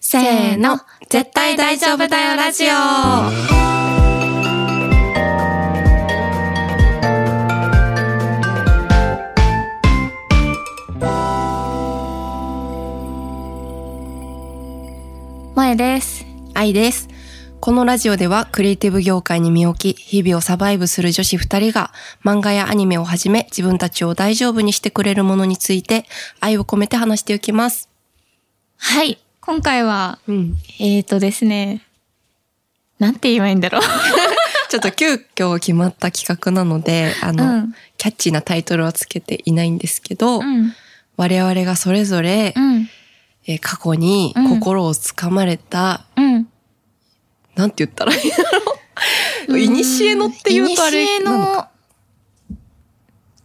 せーの、絶対大丈夫だよラジオ。萌えです。愛です。このラジオではクリエイティブ業界に身を置き、日々をサバイブする女子二人が漫画やアニメをはじめ自分たちを大丈夫にしてくれるものについて愛を込めて話していきます。はい。今回は、うん。えーとですね、なんて言えばいいんだろう。ちょっと急遽決まった企画なので、あの、うんキャッチーなタイトルはつけていないんですけど、うん。我々がそれぞれ、うん。えー過去に心をつかまれた、うん。なんて言ったらいいんだろう。いにしえのって言うとあれ。古の、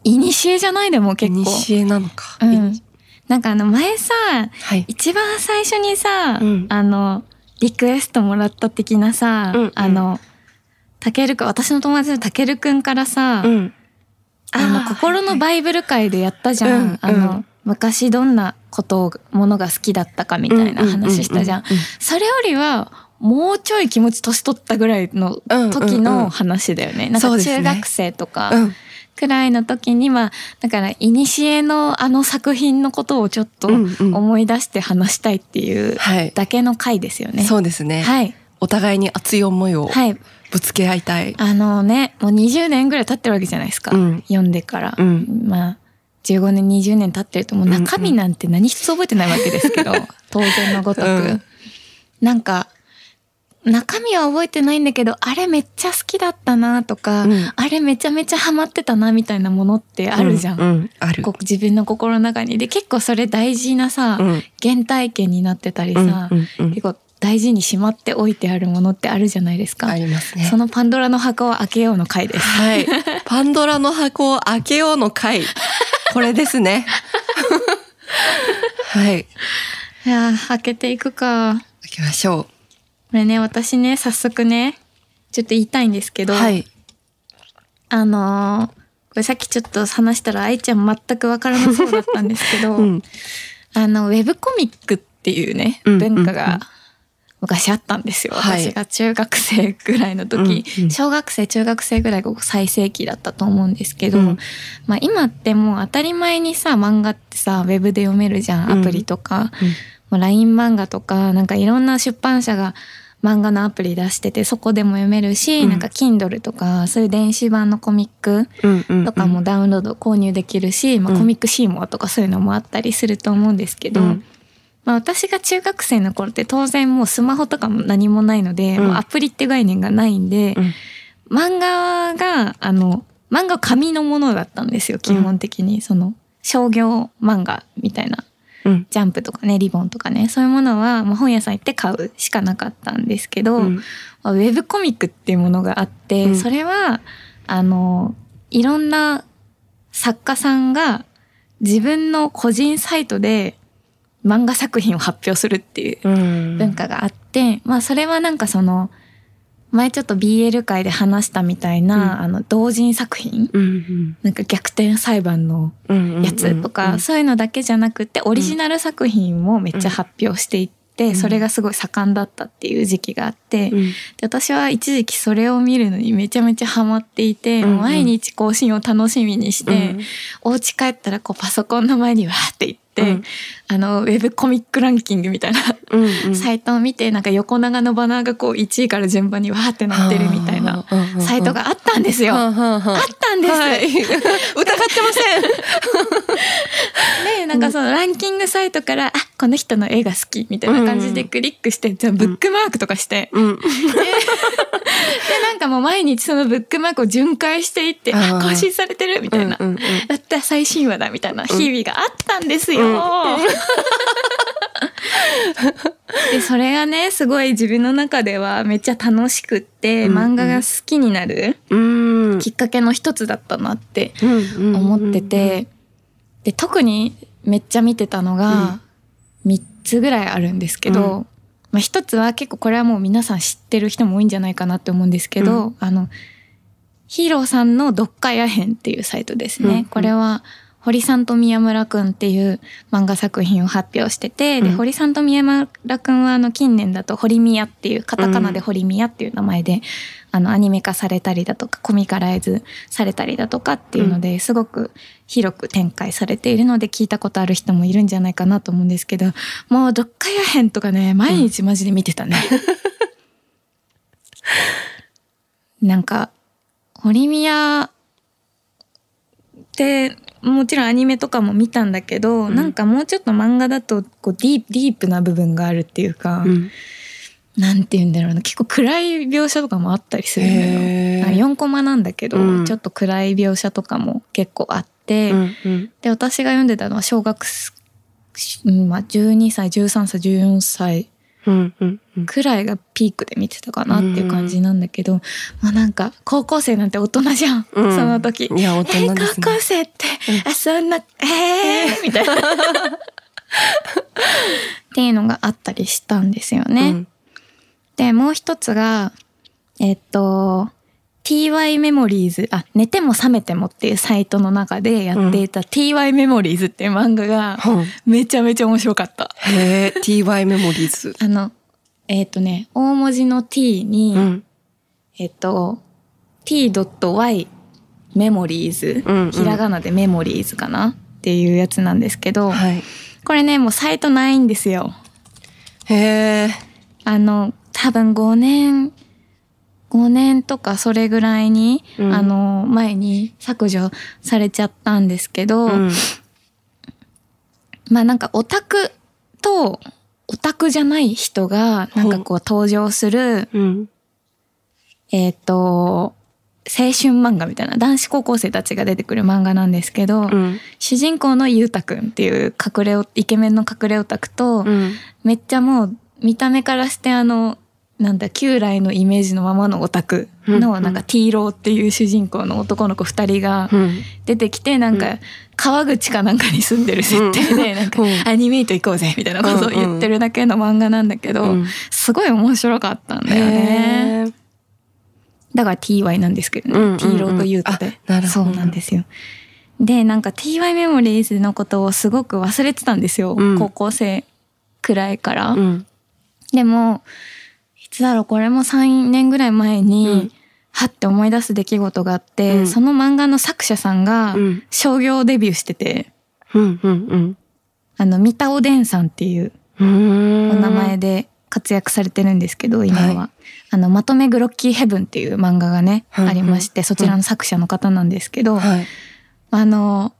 いにしえじゃないでもい結に構。しえなのか。うん。なんかあの前さ、はい。一番最初にさ、うんあの、リクエストもらった的なさ、うんうんあの、たけるくん、私の友達のたけるくんからさ、うん。ああの、ー心のバイブル会でやったじゃん。うんうんあの、昔どんなことを、ものが好きだったかみたいな話したじゃん。それよりは、もうちょい気持ち年取ったぐらいの時の話だよね。なんそかうですね中学生とうかん。くらいの時に、まあ、だから、いにしえのあの作品のことをちょっとうんうん思い出して話したいっていうはい。だけの回ですよね。そうですね。はい。お互いに熱い思いをはい。ぶつけ合いたい。あのね、もう20年ぐらい経ってるわけじゃないですか。うん読んでから。うん。まあ、15年、20年経ってると、もう中身なんて何一つ覚えてないわけです けど、当然のごとく。うんなんか、中身は覚えてないんだけど、あれめっちゃ好きだったなとか、うんあれめちゃめちゃハマってたなみたいなものってあるじゃん。ううん。ある。こう自分の心の中に。で、結構それ大事なさ、うん。原体験になってたりうんさ、うんうん結構大事にしまっておいてあるものってあるじゃないですか。ありますねそ。のパンドラの箱を開けようの回です。 はい。パンドラの箱を開けようの回。これです ね。はい。いやー開けていくか。開けましょこれね、私ね、早速ね、ちょっと言いたいんですけう。ど、はい。あのーこれさっきちょっと話したら愛ちゃん全くわからなそうだったんですけど、うん。あの、ウェブコミックっていうね、うん文化うんうがん昔あったんですよ。はい私が中学生ぐらいの時、うんうん小学生、中学生ぐらいがこう最盛期だったと思うんですけど、うんまあ今ってもう当たり前にさ、漫画ってさ、ウェブで読めるじゃん、アプリとか。もう LINE 漫画とか、なんかいろんな出版社が漫画のアプリ出してて、そこでも読めるし、うんなんか Kindle とか、そういう電子版のコミックうんうん。とかもダウンロード購入できるし、まうあんコミックシーモアとかそういうのもあったりすると思うんですけうど、ん。まあ私が中学生の頃って当然もうスマホとかも何もないので、うんもうアプリって概念がないんで、うん漫画が、あの、漫画は紙のものだったんですよ、基本的に。その、商業漫画みたいな。うん。ジャンプとかね、リボンとかね、そういうものは、まあ、本屋さん行って買うしかなかったんですけど、うんまあウェブコミックっていうものがあって、うんそれは、あの、いろんな作家さんが自分の個人サイトで漫画作品を発表するっていううん。文化があって、まあそれはなんかその、前ちょっと BL 界で話したみたいな、うんあの、同人作品うんなんか逆転裁判のうん。やつとか、そういうのだけじゃなくてオリジナル作品もめっちゃ発表していって、んそれがすごい盛んだったっていう時期があって、うん。でうん私は一時期それを見るのにめちゃめちゃハマっていて、うんうん毎日更新を楽しみにしうて、んお家帰ったらこうパソコンの前にわーって行って、うんあのウェブコミックランキングみたいな、うんうんサイトを見てなんか横長のバナーがこう1位から順番にわーってなってるみたいなうんうんうんうんサイトがあったんですよ。はあっあはあはあたんです、 はい。疑ってまで、なんかそのランキングサイトから、あ、この人の絵が好き、みたいな感じでクリックして、じゃあブックマークとかして、せん。うん。で、なんかもう毎日そのブックマークを巡回していって、ああー更新されてるみたいな。うんうんうんだったら最新話だ、みたいな日々があったんですよ。 うんで、それがね、すごい自分の中ではめっちゃ楽しくって、うん漫画が好きになるうんきっかけの一つだったなって思思ってて、、で特にめっちゃ見てたのが3つぐらいあるんですけど、うまあ、1つは結構これはもう皆さん知ってる人も多いんじゃないかなって思うんですけど、あのヒーローさんの「読解や編」っていうサイトですね、うんこれは堀さんと宮村くんっていう漫画作品を発表してて、でうん堀さんと宮村くんはあの近年だと堀宮っていうカタカナで堀宮っていう名前で、あのアニメ化されたりだとかコミカライズされたりだとかっていうのですごく広く展開されているので聞いたことある人もいるんじゃないかなと思うんですけどもうどっかやへんとかね毎日マジで見てたね。なんか堀宮ってもちろんアニメとかも見たんだけど、うんなんかもうちょっと漫画だとこうディープディープな部分があるっていうか、うんなんて言うんだろうな結構暗い描写とかもあったりするのよ。へなんかー4コマなんだけど、うんちょっと暗い描写とかも結構あって、うんうんで私が読んでたのは小学す、うんまあ、12歳13歳14歳うんうんうんくらいがピークで見てたかなっていう感じなんだけど、まあなんか高校生なんて大人じゃん、うんその時。いや大え人です高校ね生って、あそんなえー、みた いな。っていうのがあったりしたんですよね。うんでもう一つがえっと TY メモリーズあ寝ても覚めてもっていうサイトの中でやっていた TY メモリーズっていう漫画がうんめちゃめちゃ面白かった。へえ TY メモリーズあのえっとね大文字の T に、うんえっと T.Y メモリーズ、うんうんひらがなでメモリーズかなっていうやつなんですけど、はいこれねもうサイトないんですよ。へえあの多分5年5年とかそれぐらいに、うんあの前に削除されちゃったんですけど、うんまあなんかオタクとオタクじゃない人がなんかこう登場する、うんえっ、と青春漫画みたいな男子高校生たちが出てくる漫画なんですけど、うん主人公のゆうたくんっていう隠れおイケメンの隠れオタクと、うんめっちゃもう見た目からしてあのなんだ旧来のイメージのままのオタクうんうのんなんかティーローっていう主人公の男の子2人がうん出てきてなんうか川口かなんかに住んで る設定でなんかうんアニメイト行こうぜみたいなことを言ってるだけの漫画なんだけどうんすごい面白かったんだよねへえだから TY なんですけどね、うんうんうん T ローと言うとであなるほどそうなんですよでなんか TY メモリーズのことをすごく忘れてたんですよ、うん高校生くらいから、うんでもいつだろうこれも3年ぐらい前に、うんはって思い出す出来事があって、うんその漫画の作者さんがうん商業デビューしてて、うんうんあの三田おでんさんっていううんお名前で活躍されてるんですけど今は、はあのまとめグロッキーヘブンっていう漫画がね、うんうんありましてそちらの作者の方なんですけど、はいあの、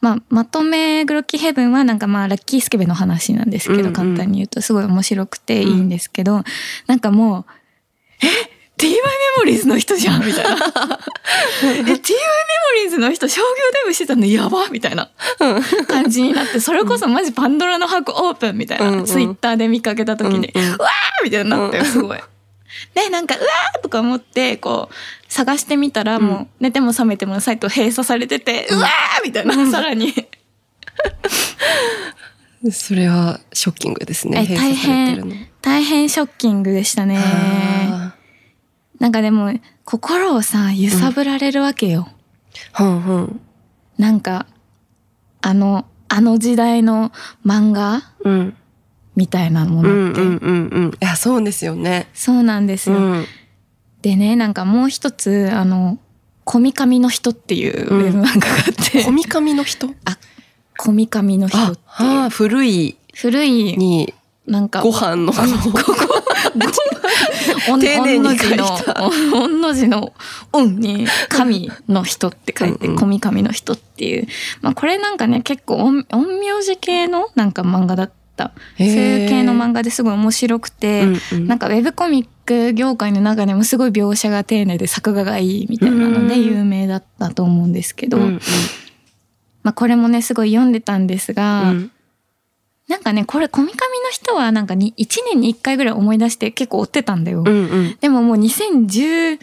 まあ、まとめグロッキーヘブンはなんかまあラッキースケベの話なんですけど、うんうん簡単に言うとすごい面白くていいんですけど、なんかもう「え TY メモリーズの人じゃん」みたいな「え TY メモリーズの人商業デビューしてたのやば」みたいな感じになってそれこそマジパンドラの箱オープンみたいな、うんうんツイッターで見かけた時に「うんうんうわー!」みたいになってうんすごい。でなんか「うわー!」とか思ってこう探してみたらもう、うん寝ても覚めてものサイト閉鎖されてて「うわー!」みたいな、さらにそれはショッキングですねえ閉鎖されてるの大変ショッキングでしたねあなんかでも心をさ揺さぶられるわけよ、ーうんうんなんかあのあの時代の漫画うんみたいなもうのんって、うんうんうんいやそうですよねそうなんですうよ、んでねなんかもう一つあの「こみかみの人」っていうウェブ漫画があってこみかみの人「こみかみの人」ああー古い古いになんかご飯のおん丁寧に書いたおんの字の、おんの字の、うんに、神の人って書いて、うんうんこみ神の人っていう。まあこれなんかね、結構陰陰陽師系のなんか漫画だった。そういう系の漫画ですごい面白くて、なんかかウェブコミック業界の中でもすごい描写が丁寧で作画がいいみたいなのでうん有名だったと思うんですけど、うんまあこれもね、すごい読んでたんですうが、んなんかね、これこみかみの人はなんかに1年に1回ぐらい思い出して結構追ってたんだよ。うんうんでももう2014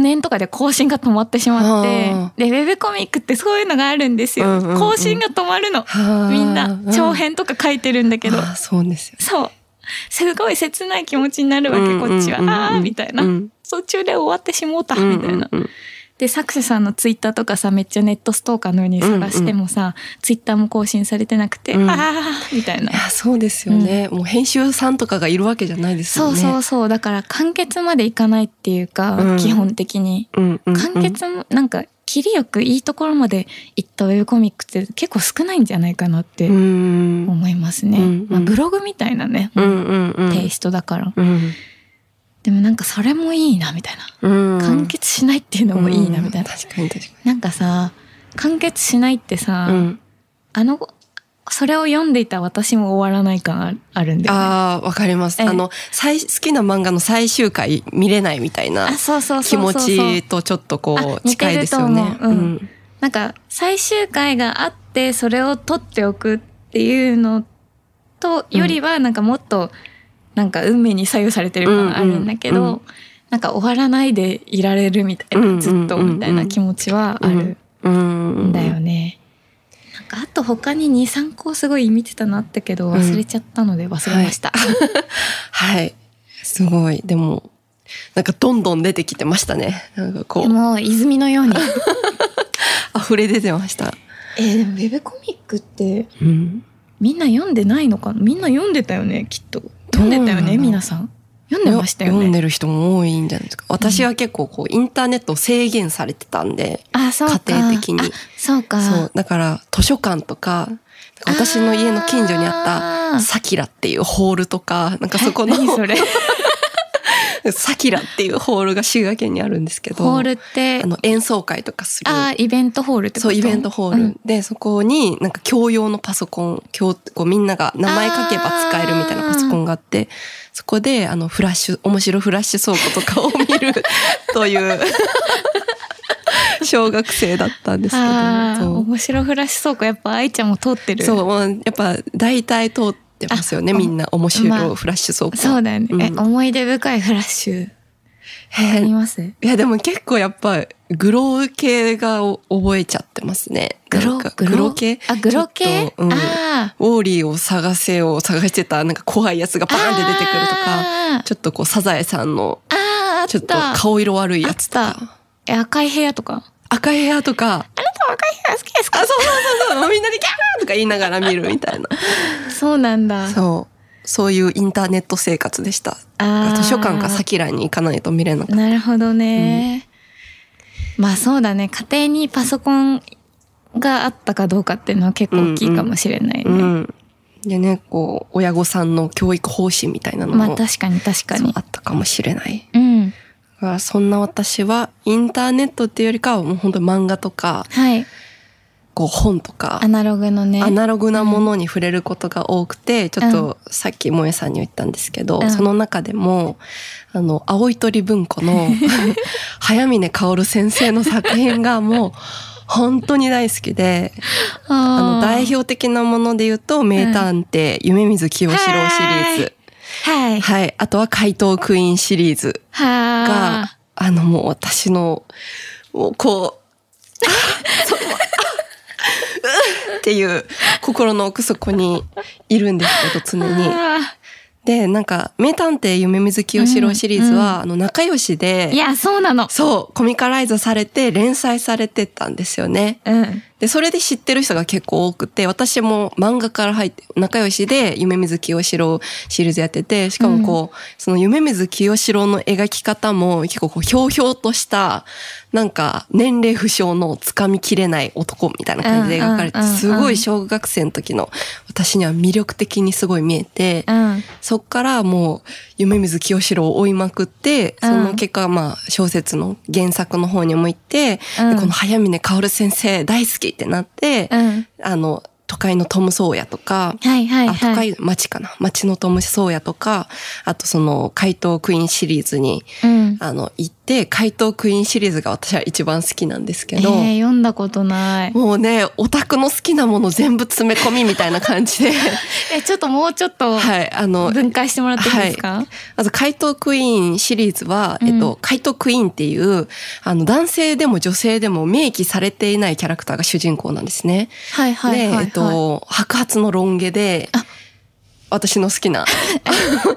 年とかで更新が止まってしまってあ、で、ウェブコミックってそういうのがあるんですよ。うんうんうん更新が止まるの。はーみんな長編とか書いてるんだけどあ、ーそうですよそう。すごい切ない気持ちになるわうけ、んうんこっちうは。んうんああ、みたいな。うん途中で終わってしもうた、みたいな。うんうんで作者さんのツイッターとかさめっちゃネットストーカーのように探してもさ、ツイッターも更新されてなくて、うん。ああみたいないやそうですよね、もう編集さんとかがいるわけじゃないですそようねそうそうだから完結までいかないっていうか、うん基本的にうんうんうん完結もなんか切りよくいいところまでいったウェブコミックって結構少ないんじゃないかなってうん思いますね、うんうんまあ、ブログみたいなね、うんうんうんテイストだからうんでもなんかそれもいいなみたいな、うん完結しないっていうのもいいなみたういな、ん確かに確かなんかさ完結しないってさ、に、うん、あのそれを読んでいた私も終わらない感ああるんだよねああわかります、ええあの最好きな漫画の最終回見れないみたいなあそうそう気そうそう持そちうとちょっとこうあ似て近いでるすと思ようねうんなんか最終回があってそれを取っておくっていうのとよりはなんかもっとなんか運命に左右されてる感あるんだけど、うんうんうんなんか終わらないでいられるみたいうんうんうんうなんずっとみたいな気持ちはあるうんうんんだよね。なんかあと他に23個すごい見てたのあったけどうん忘れちゃったので忘れました。はいすごいでもなんかどんどん出てきてましたねなんかこでう も泉の ように溢れ出てました、えーでもウェブコミックってうん、みんな読んでないのかなみんな読んでたよねきっと読んでたよどうなねの皆さん読んでましたよね読んでる人も多いんじゃないですか私は結構こうインターネットを制限されてたんで、あそうか家庭的にあそうかそうだから図書館とかなんか私の家の近所にあったあーサキラっていうホールとか、なんかそこえ何その、れ サキラっていうホールが滋賀県にあるんですけど、ホールってあの演奏会とかする。あーイベントホールってことそう、イベントホール。うんで、そこになんか共用のパソコン、共こうみんなが名前書けば使えるみたいなパソコンがあって、そこで、あの、フラッシュ、面白フラッシュ倉庫とかを見る という、 小学生だったんですけあーど、そう面白フラッシュ倉庫やっぱ愛ちゃんも通ってるそう、もうやっぱ大体通ってますよね、あみんな。面ま白あフラッシュ倉庫。そうだよね、うんえ思い出深いフラッシュあへーりま すいやでも結構やっぱグロー系がお覚えちゃってますね。グロなんかグログロー系あグロ系、ちょっとうんウあーォーリーを探せを探してたなんか怖いやつがバーンって出てくるとか、あーちょっとこうサザエさんのあーあちょっとった顔色悪いやつとあっか、え赤い部屋とか赤い部屋とか、あなた赤い部屋好きですあ、そうそうそうそう、みんなでギャーとか言いながら見るみたいな。そうなんだそう。そういうインターネット生活でした。あー図書館かサキラに行かないと見れなかった。なるほどね、まあそうだね家庭にパソコンがあったかどうかっていうのは結構大きいかもしれないね、うん。でね、こう、親御さんの教育方針みたいなのまあも、確かに確かそうにあったかもしれない。うんだからそんな私はインターネットっていうよりかはもう本当に漫画とかはいこう本とかアナログのねアナログなものに触れることが多くて、ちょっとさっき萌えさんに言ったんですけど、うんその中でもあの青い鳥文庫 の早峰薫先生の作品がもう本当に大好きであの代表的なもので言うと「名探偵夢水清志郎」シリーズ、はいはい、あとは「怪盗クイーン」シリーズが、はあのもう私の、もうこ う、あそこあうっっていう心の奥底にいるんですけど、常に。で、なんか、名探偵夢水清志郎シリーズは、あの、仲良しいで、やそうなのそう、コミカライズされて連載されてたんですよね。うんで、それで知ってる人が結構多くて、私も漫画から入って、仲良しで夢水清志郎シリーズやってて、しかもこう、その夢水清志郎の描き方も結構こう、ひょうひょうとした、なんか、年齢不詳のつかみきれない男みたいな感じで描かれて、うんうんうんうんすごい小学生の時の私には魅力的にすごい見えてう、んそっからもう夢水清志郎を追いまくって、うそんの結果まあ小説の原作の方にも行って、うんでこの早峰薫先生大好きってなって、うんあの、都会のトム・ソーヤとか、はいはいあ都はい会、町かな町のトム・ソーヤとか、あとその怪盗クイーンシリーズに、うんあの、行って、怪盗クイーンシリーズが私は一番好きなんですえけど、ー読んだことないもうね、オタクの好きなもの全部詰め込みみたいな感 じで、えちょっともうちょっとはい、あの、分解してもらっていいですかあと、怪盗クイーンシリーズは、うんえっと、怪盗クイーンっていう、あの、男性でも女性でも明記されていないキャラクターが主人公なんですね。はいはいはいはで、いえっと、白髪のロン毛であ、私の好きな、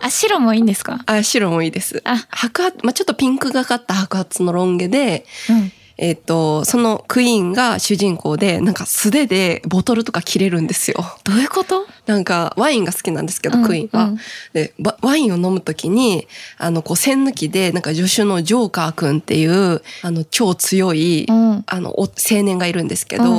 あ白もいいんですかあ、白もいいです。あ白髪、まあ、ちょっとピンクがかった白髪のロン毛で、うんえっ、と、そのクイーンが主人公で、なんか素手でボトルとか切れるんですよ。どういうことなんかワインが好きなんですけど、クイーンは。うんでワワインを飲むときにあのこう栓抜きでなんか助手のジョーカーくんっていうあの超強い、うんうんあのお青年がいるんですけど、うん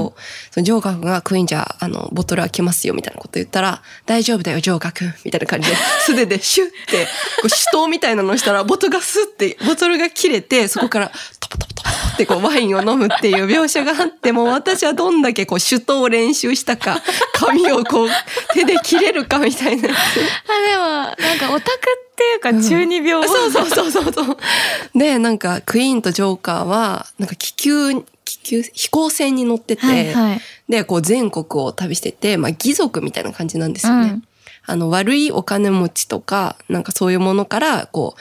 そのジョーカーくんがクイーンじゃあのボトル開けますよみたいなこと言ったら大丈夫だよジョーカーくんみたいな感 じで素手でシュッてこう手刀みたいなのしたらボトルがスッてボトルが切れてそこからトポトポトポってこうワインを飲むっていう描写があってもう私はどんだけこう手刀を練習したか髪をこう手で切れるかみたいな。あでもなんかオタクっていうか中二病、そうそうそうそうそう。で、なんか、クイーンとジョーカーは、なんか気球、気球、飛行船に乗ってて、はいはい、で、こう全国を旅してて、まあ義族みたいな感じなんですよね。うんあの、悪いお金持ちとか、なんかそういうものから、こう、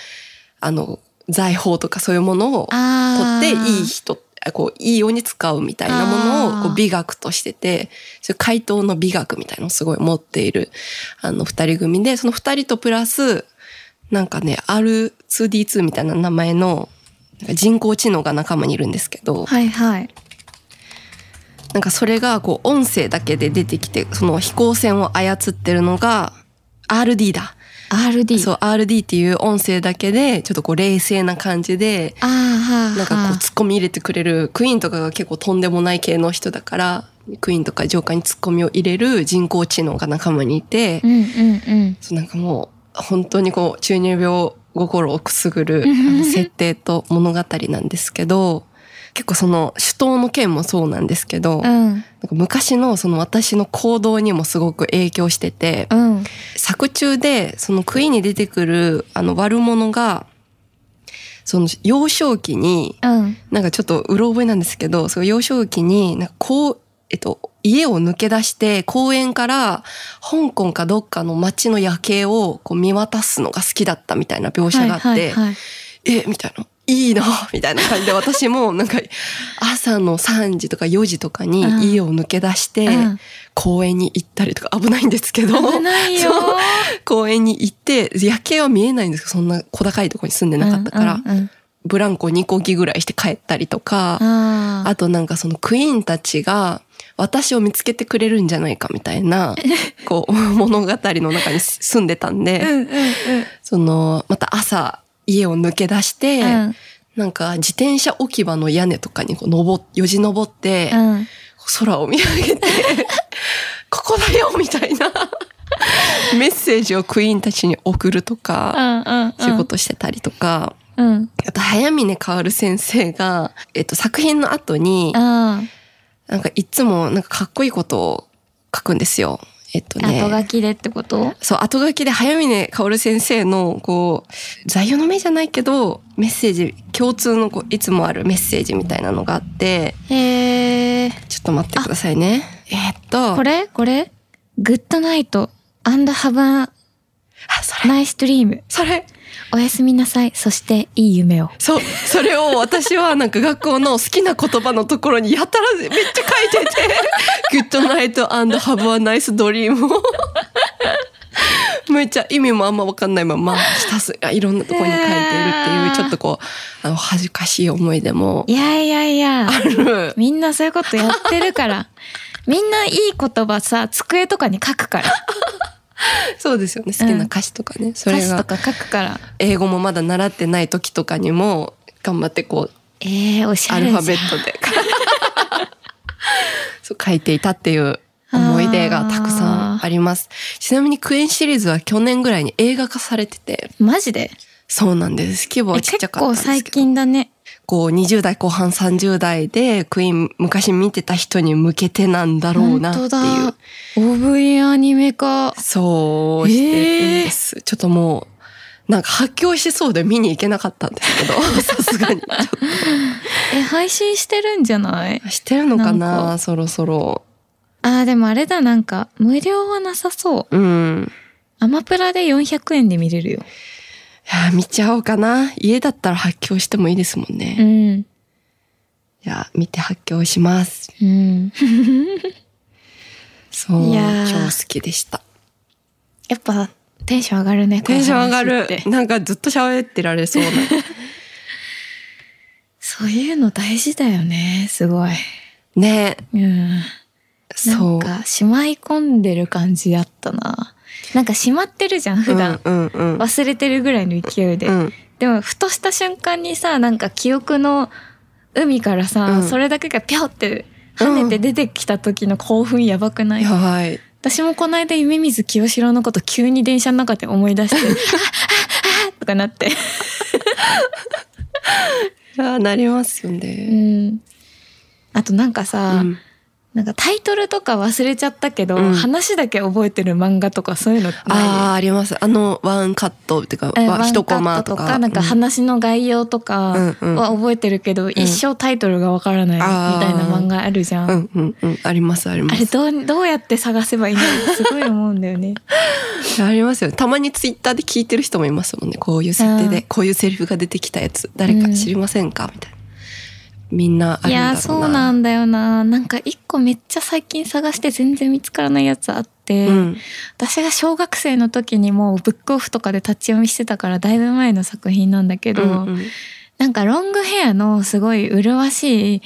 あの、財宝とかそういうものをあ取ーって、いい人、あこう、いいように使うみたいなものあをーこう美学としてて、そういう回答の美学みたいなのをすごい持っている、あの、二人組で、その二人とプラス、なんかね、R2D2 みたいな名前の、なんか人工知能が仲間にいるんですけど、はいはいなんかそれがこう音声だけで出てきて、その飛行船を操ってるのが RD だ。 RD そう、RD っていう音声だけで、ちょっとこう冷静な感じで、あーはーなんかこうは突ーっ込み入れてくれる、クイーンとかが結構とんでもない系の人だから、クイーンとかジョーカーに突っ込みを入れる人工知能が仲間にいて、うんうんうんそうなんかもう本当にこう中二病心をくすぐ るあの設定と物語なんですけど、結構その首都の件もそうなんですけど、うんなんか昔のその私の行動にもすごく影響してて、うん作中でそのクイーンに出てくるあの悪者が、その幼少期に、うんなんかちょっとうろ覚えなんですけど、その幼少期に、なんかこう、えっと、家を抜け出して公園から香港かどっかの街の夜景をこう見渡すのが好きだったみたいな描写があって、はいはいはいえ、みたいな。いいなみたいな感じで、私もなんか朝の3時とか4時とかにうん家を抜け出してうん、公園に行ったりとか危ないんですけど、危ないよそう公園に行って、夜景は見えないんですけど、そんな小高いところに住んでーなかったから、うんうんうんブランコ2個ぎぐらいして帰ったりとか、あーあとなんかそのクイーンたちが私を見つけてくれるんじゃないかみたい な、こう物語の中に住んでたんうで、んうんうんそのまた朝家を抜け出して、うんなんか自転車置き場の屋根とかにこう登っよじ登って、うん空を見上げて、 ここだよみたいな メッセージをクイーンたちに送るとうか、んうんそういうことしてたりとか、うんあと早峰薫先生が、えっと作品の後に、あーなんかいつもなんかかっこいいことを書くんですよ。えっとね。後書きでってことそう、後書きで早峰薫先生の、こう、座右の銘じゃないけど、メッセージ、共通のこういつもあるメッセージみたいなのがあって、へえちょっと待ってくださいね。えっと、これこれグッドナイトアンドハバあ、それ、ナイスドリームそれ、おやすみなさいそしていい夢をそう、それを私はなんか学校の好きな言葉のところにやたらめっちゃ書いてて、Good night and have a nice dream を。めっちゃ意味もあんまわかんないまま、ひたすらいろんなところに書いてるってへいう、ーちょっとこう、あの、恥ずかしい思い出もいやいやいやある。みんなそういうことやってるから みんないい言葉さ机とかに書くから そうですよね。好きな歌詞とかね。 そ歌れ詞とが、か書くから英語もまだ習ってない時とかにも、頑張ってこう、えー、おしゃアれルフじゃんァベットで。 そう書いていたっていう思い出がたくさんあります。ちなみにクイーンシリーズは去年ぐらいに映画化されてて、マジでそうなんです。規模えはちっち結ゃかったん構ですけど。最近だねこう20代後半30代でクイーン昔見てた人に向けてなんだろう本な当ってだいう。 OV アニメ化そうしてるんです。ちょっともう、なんか発狂しそうで見に行けなかったんですけ ど、さすがに。ちょっえ配信してるんじゃないとしてるのかなんなそろそろ。あーでもあれだなんか無料はなさそううん。アマプラで400円で見れるよいやー、見ちゃおうかな。家だったら発狂してもいいですもんね。うんいやー、見て発狂します。うんそう。いやー超好きでした。やっぱテンション上がるねテンション上がるこの話って。 なんかずっと喋ってられそうな。そういうの大事だよね。すごい。ねうん。そう。なんか、しまい込んでる感じあったな。なんかしまってるじゃん、普段。うんうんうん。忘れてるぐらいの勢いで。うんでも、ふとした瞬間にさ、なんか記憶の海からさ、うんそれだけがぴょって跳ねて出てきた時の興奮やばくない、やばい。私もこの間夢水清志郎のこと急に電車の中で思い出 して、ああああとかなって。あなりますようね。ん。あとなんかさ、うんなんかタイトルとか忘れちゃったけど、うん話だけ覚えてる漫画とかそういうのないああ、あります。あの、ワンカットっていうか、えわワン一カコッマトととか。か、なんかうん話の概要とかうんうんは覚えてるけど、一生タイトルがわからないみたいな漫画あるじゃん。うんうんうん。あります、ありまあれす。どう、どうやって探せばいいのかすごい思うんだ よね。ありますよ。たまにツイッターで聞いてる人もいますもんね。こういう設定うでん、こういうセリフが出てきたやつ、誰か知りませんかみたいな。みんなあるいんだろうな。やー、そうなんだよな。なんか一個めっちゃ最近探して全然見つからないやつあって、うん。私が小学生の時にもうブックオフとかで立ち読みしてたからだいぶ前の作品なんだけど、うんうんなんかロングヘアのすごい麗しい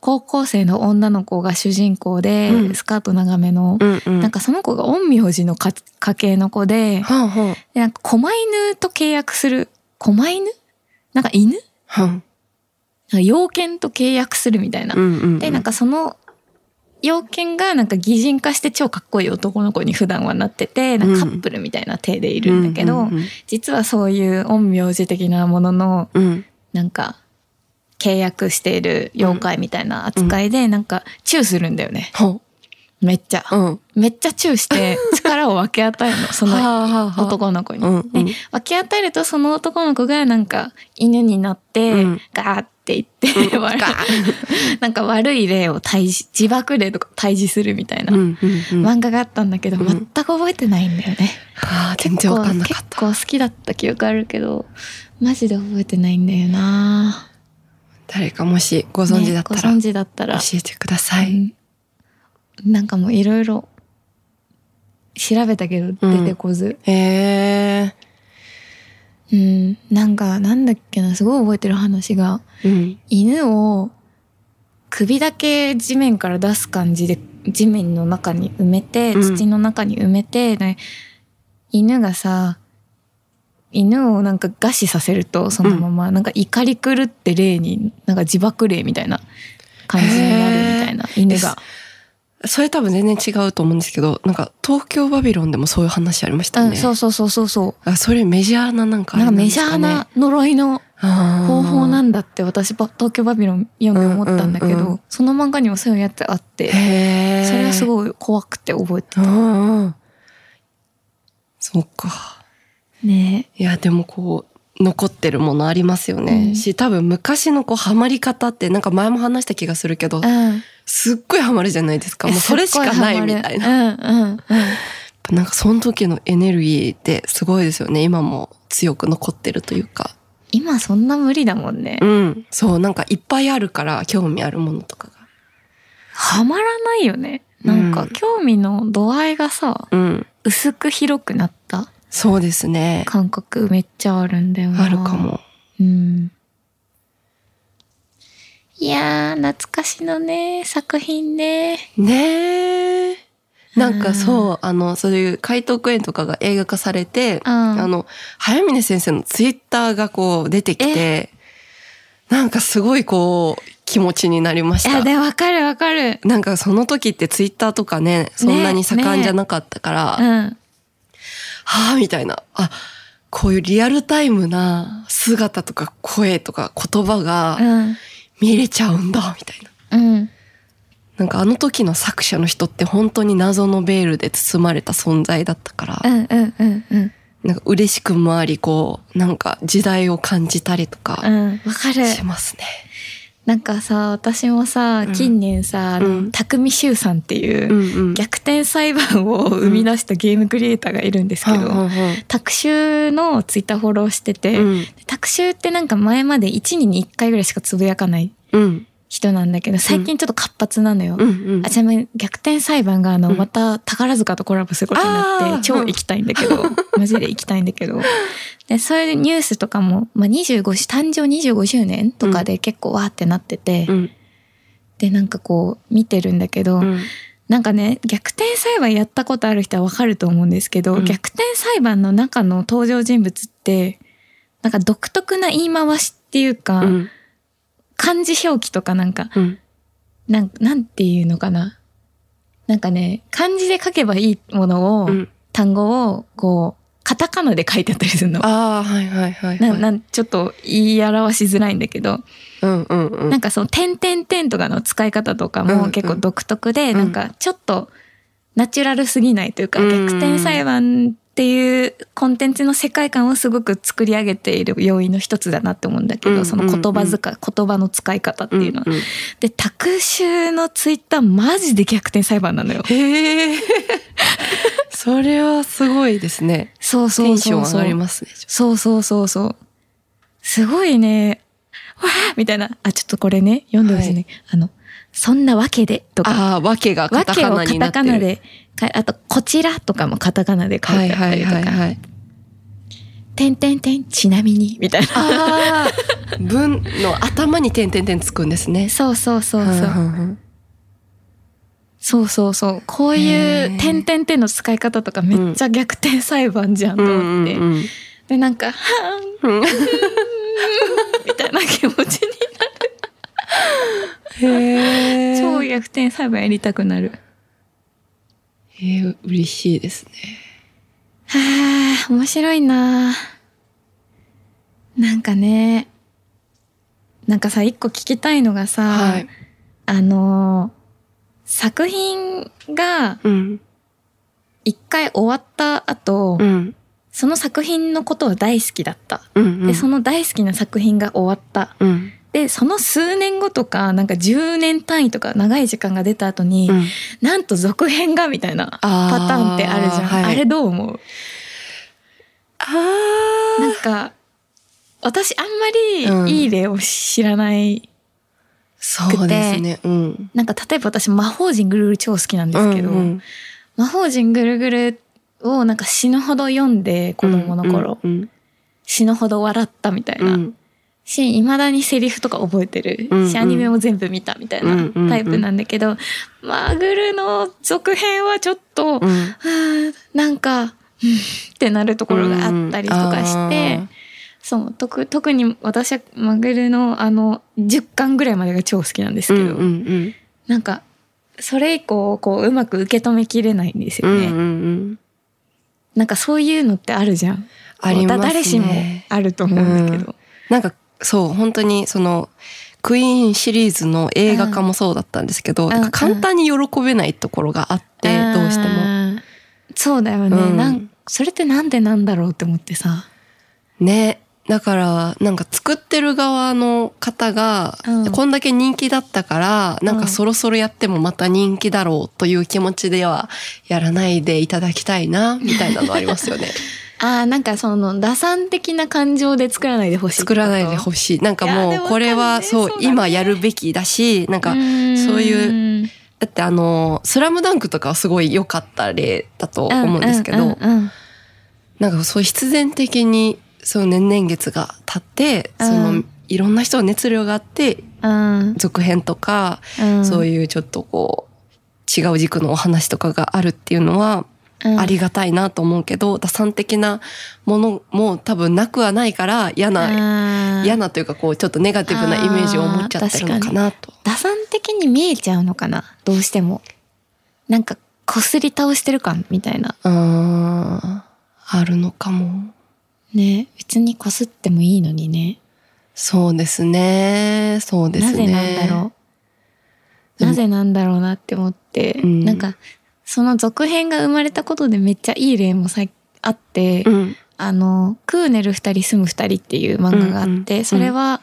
高校生の女の子が主人公で、うんスカート長めの、うんうん。なんかその子が陰陽師のか家系の子で、はんはん、でなんか狛犬と契約する、狛犬なんか犬なんはん。か猟犬と契約するみたいな。うんうんうん。で、なんかその、要件がなんか擬人化して超かっこいい男の子に普段はなってて、なんかカップルみたいな体でいるんだけど、うんうん実はそういう陰陽師的なものの、うんうん。なんか、契約している妖怪みたいな扱いで、なんか、チューするんだよね。ほめっちゃ。う。うん。めっちゃチュ ーして、力を分け与えるの、そはのあはあはあ男の子に。うんうんで、分け与えると、その男の子がなんか、犬になって、うんガーって言って、 笑ガう なんか悪い例を退治、自爆例とか退治するみたいなうんうんうん。漫画があったんだけど、うん全く覚えてないんだよね。はあ全然わかんなかっ結構好きだった記憶あるけど、マジで覚えてないんだよなた。誰かもしご存知だったねらご存教知だったら。えてください。うんなんかもういろいろ調べたけど出てこず。へえ。うん、なんかなんだっけな、すごい覚えてる話が、うん。犬を首だけ地面から出す感じで地面の中に埋めて、うん土の中に埋めて、ね犬がさ、犬をなんか餓死させるとそのまま、なんか怒り狂って霊に、なんか自爆霊みたいな感じになるみたいな、犬が。それ多分全然違うと思うんですけど、なんか東京バビロンでもそういう話ありましたうね。ん、そうそうそうそうそう。あ、それメジャーななんかあれななんかんメでジすャーかね。な呪いの方法なんんだって私ば東京バビロン読み思ったんだけど、うんうんうんその漫画にもそういうやつあって、へえ。それはすい。ごい怖くて覚えてうんうん。そうか。ねいや、でもこう、残ってるものありますよね。うんし、多分昔のこう、ハマり方って、なんか前も話した気がするけどう、ん。すっごいハマるじゃないですか。もうそれしかないみたいな。やっな。うんうんうん。ぱなんかその時のエネルギーってすごいですよね。今も強く残ってるというか。今そんな無理だもんねう。ん。そう、なんかいっぱいあるから、興味あるものとかが。はまらないよね。なんうかん興味の度合いがさ、うん。薄く広くなったそうですね。感覚めっちゃあるんだよな。あるか。も。うん。いやー、懐かしのね、作品ね。ねえ。なんかそう、あの、そういう怪盗クエンとかが映画化されて、うんあの、早峰先生のツイッターがこう出てきて、なんかすごいこう、気持ちになりましいや、た。で、わかるわかる。なんかその時ってツイッターとかね、そんなに盛んじゃなかったから、うん。はあみたいな。あ、こういうリアルタイムな姿とか声とか言葉がうん。見れちゃうんだ、みたいな。うん。なんかあの時の作者の人って本当に謎のベールで包まれた存在だったからう、んうんうんうん。なんか嬉しくもあり、こう、なんか時代を感じたりとうかん。わかる。しますね。なんかさ、私もさう、ん近年さ、あのうん匠修さんっていう、うんうん。逆転裁判を生み出したゲームクリエイターがいるんですけど、うんうん卓集のツイッターフォローしてて、うん卓集ってなんか前まで1人に1回ぐらいしかつぶやかないうん人なんだけど、最近ちょっと活発なのよ。うんうんあちなみに逆転裁判があの、うんまた宝塚とコラボすることになあっー て超行きたいんだけど、マジで行きたいんだけどでそういうニュースとかも、まあ、25し誕生25周年とかで結構わーってなってて、うんでなんかこう見てるんだけど、うんなんかね逆転裁判やったことある人はわかると思うんですけど、うん逆転裁判の中の登場人物ってなんか独特な言い回しっていうか、うん漢字表記とかなんかうんなんなんていうのかななんかね漢字で書けばいいものを、うん単語をこうカタカナで書いてあったりするの。ああはいはいはいはいななんちょっと言い表しづらいんだけど、うんうんうんなんかその点点点とかの使い方とかうんうもん結構独特で、うんなんかちょっとナチュラルすぎないというか、うん逆転裁判っていうコンテンツの世界観をすごく作り上げている要因の一つだなって思うんだけど、うんその言葉遣い、言葉の使い方っていうのは。んんで、卓集のツイッターマジで逆転裁判なのよ。へえそれはすごいですねそうそテうンショそンう上そがりう。ますねそうそうそうそう。すごいね。わあみたいな。あ、ちょっとこれね、読んでほしいね。あの、そんなわけでとか。ああわけがカわタけカをナカになタってカるナでかあと、こちらとかもカタカナで書はいいてあっはたりいとはいか。はいてんてんてん、ちなみに、みたいな。ああ文の頭に点々点つくんですねそうそうそううんそうう。んうんそうそうそう。こうへいーうてんてんてんの使い方とかめっちゃ逆転裁判じゃんと思って。うんうんで、なんか、はーん、うんうんみたいな気持ちに。へえ超逆転裁判やりたくなる。へえ嬉しいですねはあ、面白いななんかね、なんかさ、一個聞きたいのがさ、はいあのー作品がうん一回終わった後、うんその作品のことは大好きだった。うんうで、んその大好きな作品が終わった。うんで、その数年後とか、なんか10年単位とか長い時間が出た後に、うんなんと続編がみたいなあーパターンってあるじゃん。あ,、はいれどう思うなあんか、私あんうまんりいい例を知らない。そうですねうんなんか例えば私魔法陣ぐるぐる超好きなんですけど、うんうん魔法陣ぐるぐるをなんか死ぬほど読んで子供の頃、うん死ぬほど笑ったみたいうな、んしいまだにセリフとか覚えてる、うんしアニメも全部見たみたいうんなうんうんタイプなんだけど、まあぐるの続編はちょっうと、はんあなんか、うんってなるところがあったりとかして、そう特特に私はマグルのあの10巻ぐらいまでが超好きなんですうんけうんど、うんなんかそれ以降こううまく受け止めきれないんですうよんね、うんうんなんかそういうのってあるじゃんありますこねうだ誰しもあると思うんだけど、なんかそう本当にそのクイーンシリーズの映画化もそうだったんですけど、んなんか簡単に喜べないところがあって、どうしても。もそうだよね、うんなんそれってなんでなんだろうって思ってさね。だからなんか作ってる側の方が、うんこんだけ人気だったからなんうかんそろそろやってもまた人気だろうという気持ちではやらないでいただきたいなみたいなのありますよね。あーなんかその打算的な感情で作らないでほしい作らないでほしいしい。なんかいやでももうこれはそうわかるねそうだね今やるべきだしなんかそういうだってあの「スラムダンクとかはすごい良かった例だと思うんですけど、うんうんうんなんかそう必然的にその年々月が経って、うんそのいろんな人の熱量があってうん続編とか、うん、そういうちょっとこう違う軸のお話とかがあるっていうのはうんありがたいなと思うけど、打算的なものも多分なくはないから嫌な、うん嫌なというかこうちょっとネガティブなイメージを持っちゃってるのかなと。打算的に見えちゃうのかなどうしても。なんか、こすり倒してる感みたいな。あーあるのかも。ね別にこすってもいいのにね。そうですね。そうですなぜね。なんだろう。でもなぜなんだろうなって思って、うんなんか、その続編が生まれたことでめっちゃいい例もさあって、うん。あの、クーネル二人住む二人っていう漫画があって、うんうんそれは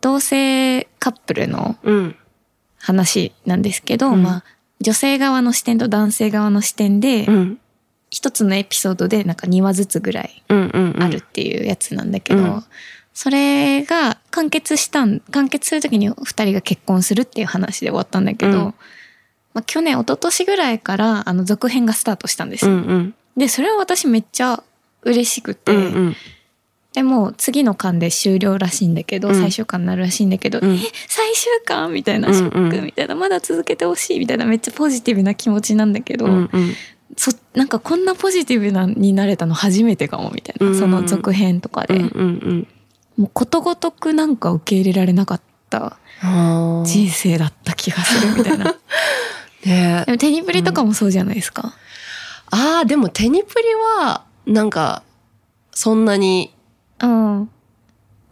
同性カップルのうん。話なんですけど、うんまあ、女性側の視点と男性側の視点で、うん。一つのエピソードでなんか2話ずつぐらいうん。うん。あるっ。ていうやつなんだけど、うんそれが完結したん完結する時に二人が結婚するっていう話で終わったんだけど、うんまあ、去年一昨年ぐらいからあの続編がスタートしたんですうよ、ん。うん。でそれは私めっちゃ嬉しくて、うん。でもう次の巻で終了らしいんだけど、うん最終巻になるらしいんだけど、うんえ最終巻みたいなうんうんショックみたいな、まだ続けてほしいみたいなめっちゃポジティブな気持ちなんだけど、うんうんそなんかこんなポジティブなになれたの初めてかもみたいな、うんうんその続編とかうで、んうんうんもうことごとくなんか受け入れられなかったあー人生だった気がするみたいなねでもテニプリとかもそうじゃないですか、あーでもテニプリはなんかそんなにうん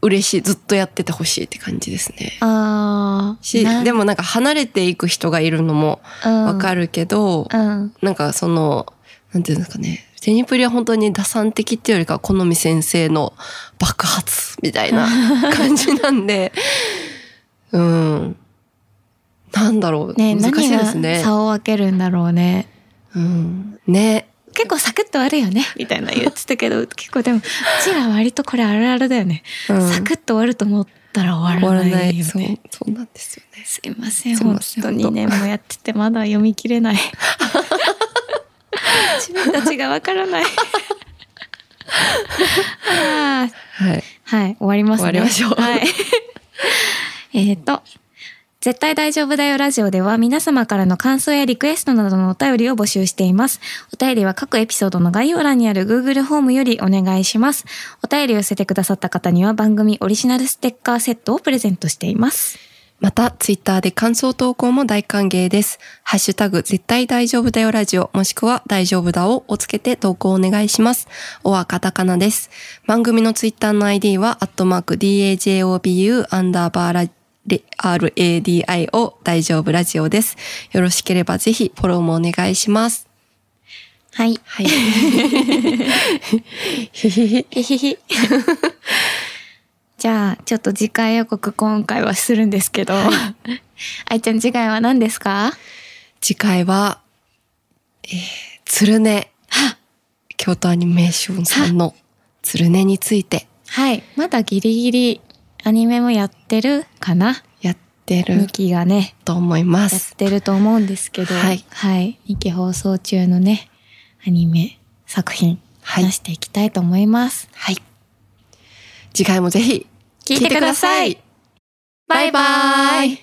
嬉しいずっとやっててほしいって感じですね。あーしなでもなんか離れていく人がいるのもうんわかるけど、うんなんかそのなんていうんですかねテニプリは本当に打算的っていうよりかは好み先生の爆発みたい な感じなんでうんなんだろう、ね難しいです何がね。差を分けるんだろうねうん、ね結構サクッとあるよねみたいな言ってたけど結構でもうちらは割とこれあるあるだよね、うんサクッと終わると思ったら終わらないよそうねそうなんですよね。すいませんすいま本せん当に2年もやっててまだ読み切 れない自分たちがわからないあーはい。はい、終わりますね。終わりましょう はい。えっと。絶対大丈夫だよラジオでは皆様からの感想やリクエストなどのお便りを募集しています。お便りは各エピソードの概要欄にある Google ホームよりお願いします。お便りを寄せてくださった方には番組オリジナルステッカーセットをプレゼントしています。また、ツイッターで感想投稿も大歓迎です。ハッシュタグ、絶対大丈夫だよラジオ、もしくは大丈夫だををつけて投稿お願いします。おはカタカナです。番組のツイッターの ID は、アットマーク、DAJOBU、アンダーバーラレ RADIO、大丈夫ラジオです。よろしければぜひ、フォローもお願いします。はい。はい。ひひひ。へへへ。じゃあ、ちょっと次回予告今回はするんですけど、あいちゃん次回は何ですか次回は、えー、鶴音。京都アニメーションさんの鶴音についてはい。まだギリギリアニメもやってるかなやってる2期がね、と思いまやっす。てると思うんですけど、はいはい。2期放送中のね、アニメ作品、はい話していきたいと思います。はい。次回もぜひ聞いてください聞いてくださいバイバイ